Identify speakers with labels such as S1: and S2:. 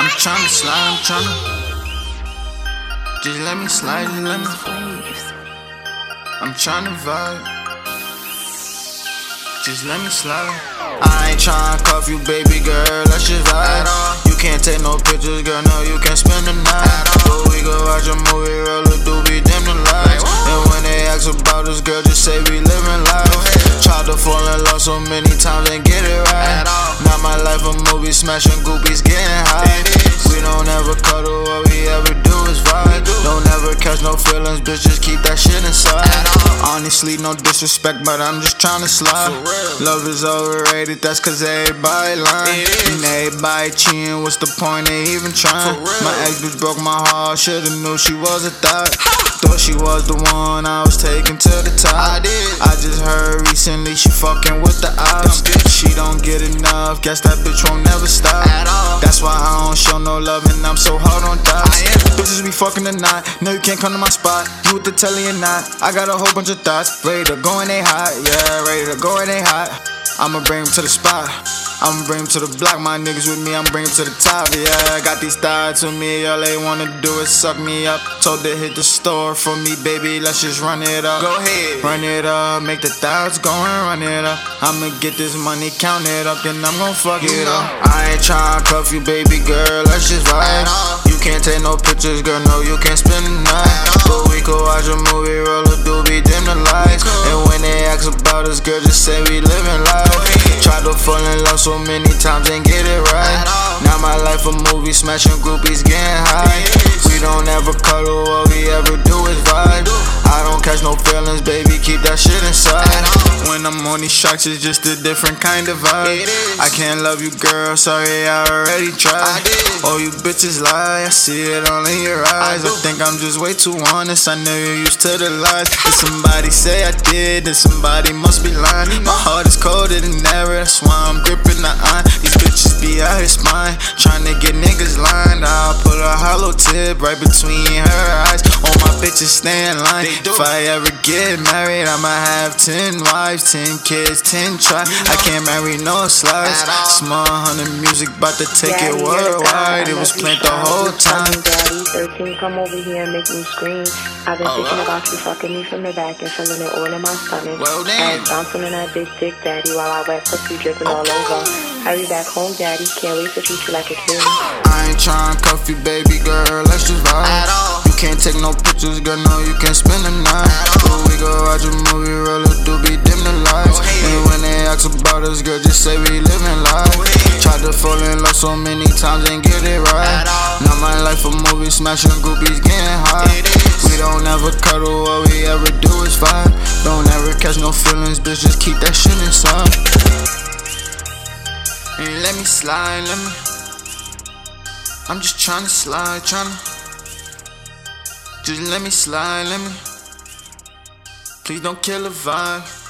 S1: I'm tryna slide, I'm tryna. Just let me slide, just let me. I'm tryna vibe, just let me slide. I ain't tryna cuff you, baby girl, let's just vibe. You can't take no pictures, girl, no, you can't spend the night. But we go watch a movie, roll a doobie, dim the lights. And when they ask about us, girl, just say we living life. Tried to fall in love so many times and get it right. Now my life a movie, smashing groupies, getting high. We don't ever cuddle, all we ever do is vibe. Don't ever catch no feelings, bitch, just keep that shit inside. Honestly, no disrespect, but I'm just tryna slide. Love is overrated, that's cause everybody lying. And everybody cheating, what's the point of even trying? My ex bitch broke my heart, should've knew she was a thought. Thought she was the one I was taking to the top. I did. I just heard recently she fucking with the ops. She don't get enough, guess that bitch won't never stop. At all. That's why I don't show no love and I'm so hard on thoughts. I am. Bitches be fucking or not, no you can't come to my spot. You with the telly or not, I got a whole bunch of thoughts. Ready to go and they hot, yeah, ready to go and they hot. I'ma bring 'em to the spot. I'ma bring 'em to the block, my niggas with me, I'ma bring 'em to the top, yeah. Got these thighs with me, all they wanna do is suck me up. Told to hit the store for me, baby, let's just run it up. Go ahead. Run it up, make the thighs go and run it up. I'ma get this money, count it up, then I'm gon' fuck it up. I ain't tryna cuff you, baby girl, let's just vibe. You can't take no pictures, girl, no, you can't spend the night. But we could watch a movie, roll a doobie, dim the lights. And when they ask about us, girl, just say we living life. Tried to fall in love so many times and get it right. Now my life a movie, smashing groupies, getting high. We don't ever cuddle, all we ever do is vibe. I don't catch no feelings, baby, keep that shit inside. When I'm on these tracks, it's just a different kind of vibe. I can't love you, girl, sorry, I already tried. All Oh, you bitches lie, I see it all in your eyes. I think I'm just way too honest, I know you're used to the lies. If somebody say I did, then somebody must be lying. My heart is colder than ever, that's why I'm gripping the iron. These bitches be out here spine, trying to get niggas lined. I'll put a hollow tip right between her eyes. All my bitches stay in line. If I ever get married, I'ma have 10 wives, 10 kids, 10 tries. I can't marry no slides. Small hundred music, bout to take
S2: Daddy,
S1: it
S2: you're the god.
S1: worldwide.
S2: I
S1: It
S2: love
S1: was
S2: you
S1: planned the
S2: so
S1: whole
S2: much. Love
S1: time.
S2: you, Daddy. 13, come over here and make me scream. I've
S1: Oh,
S2: been thinking about you fucking me from the back and feeling it all in my stomach.
S1: Well,
S2: I
S1: then.
S2: was bouncing on that big dick, Daddy, while I wet pussy dripping all over. Hurry back home, Daddy. Can't wait to treat you like a king.
S1: I ain't tryna cuff you, baby girl. Let's just vibe. You can't take no pictures, girl. No, you can't spend the night. But we go watch a movie, roll a doobie, dim the lights. And when they ask about us, girl, just say we living life. Tried to fall in love so many times and get it right. Now my life a movie, smashing groupies, getting high. We don't ever cuddle, all we ever do is fight. Don't ever catch no feelings, bitch. Just keep that shit inside. And let me slide, let me. I'm just tryna slide, tryna. Just let me slide, let me. Please don't kill the vibe.